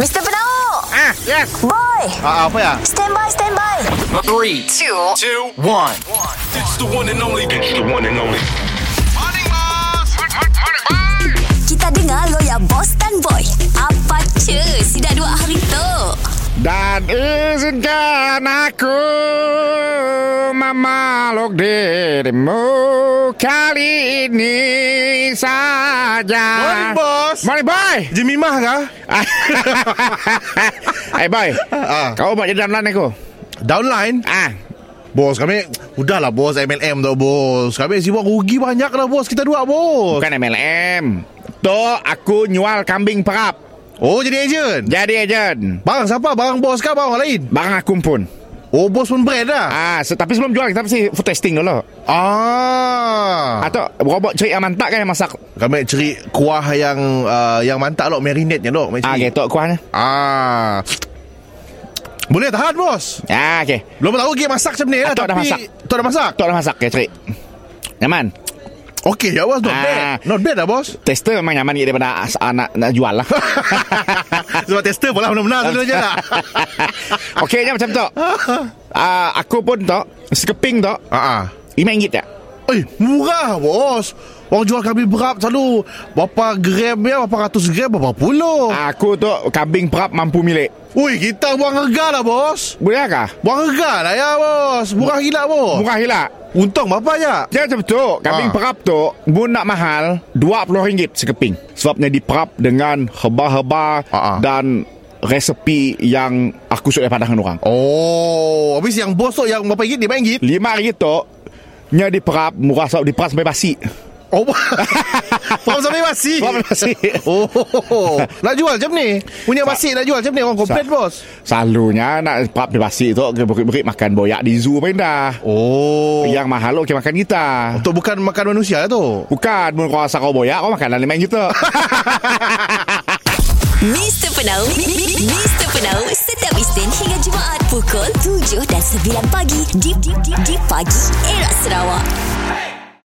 Mr. Penau Ah, yes. Boy Ah, ah, apa ya? Stand by, stand by Three, two, two, one. It's the one and only. It's the one and only. Kita dengar lo ya Boss dan Boy Apa cu Si dah dua hari tu Dan izinkan aku memeluk dirimu kali ini saja. Morning, bos. Morning, boy. Jimmy Mah kah? hey, boy. Ah. Kau buat jadi dalam aku. Downline? Ah, Bos kami Udahlah bos MLM tu bos Kami si buat rugi banyak dah bos Kita dua bos bukan MLM. Tu aku nyual kambing perap. Oh jadi agent Jadi ejen. Barang siapa? Barang bos kah? Barang orang lain? Barang aku pun. Oh bos pun brand lah Ah, se- tapi sebelum jual kita mesti food testing dulu. Ah. Atau robot cari yang mantap kan yang masak. Kami cari kuah yang uh, yang mantap lho marinate je lho. Kami Ah, cari. gitu kuahnya. Ah. Boleh tahan bos. Ah, okey. Belum tahu dia masak macam ni Ah, lah tak dah tapi masak. Tak dah masak. Tok dah masak ke cerik Nyaman Okey ya bos not Ah. bad. Not bad lah bos. Tester memang nyaman ke daripada as- anak nak jual lah Sebab tester pula benar-benar sebenarnya lah. Okey je macam tu uh, Aku pun tu Sekeping tu Ah. ah. RM5 tak? Eh, murah bos. Orang jual kami berap selalu Berapa gram ya Berapa ratus gram Berapa puluh ah. Aku tu kambing perap mampu milik Ui kita buang harga lah bos Boleh kah? Buang harga lah ya bos Murah gila bos Murah ya. gila Untung berapa je Dia macam tu Kambing Oh. Ah. perap tu Mu nak mahal RM20 sekeping Sebabnya diperap dengan herba-herba Ah, ah. Dan resepi yang aku sudah padahkan orang Oh Habis yang bos tu Yang berapa ringgit Lima RM5 ringgit tu Nya diperap Murah sebab diperap sampai basi Oh Faham sampai basi Faham sampai basi. Oh Nak jual macam ni Punya basi nak jual macam ni Orang Sa- komplain bos Selalunya nak perap di pasir tu Berit-berit makan boyak di zoo pun dah Oh oh. Yang mahal okey makan kita Tu bukan makan manusia lah tu Bukan Mun kau rasa kau boyak Kau makan dalam main kita Mr. Penau Mi- Mi- Mi- Mr. Penau Setiap Isnin hingga Jumaat Pukul 7 dan 9 pagi Di, di, di, di pagi Era Sarawak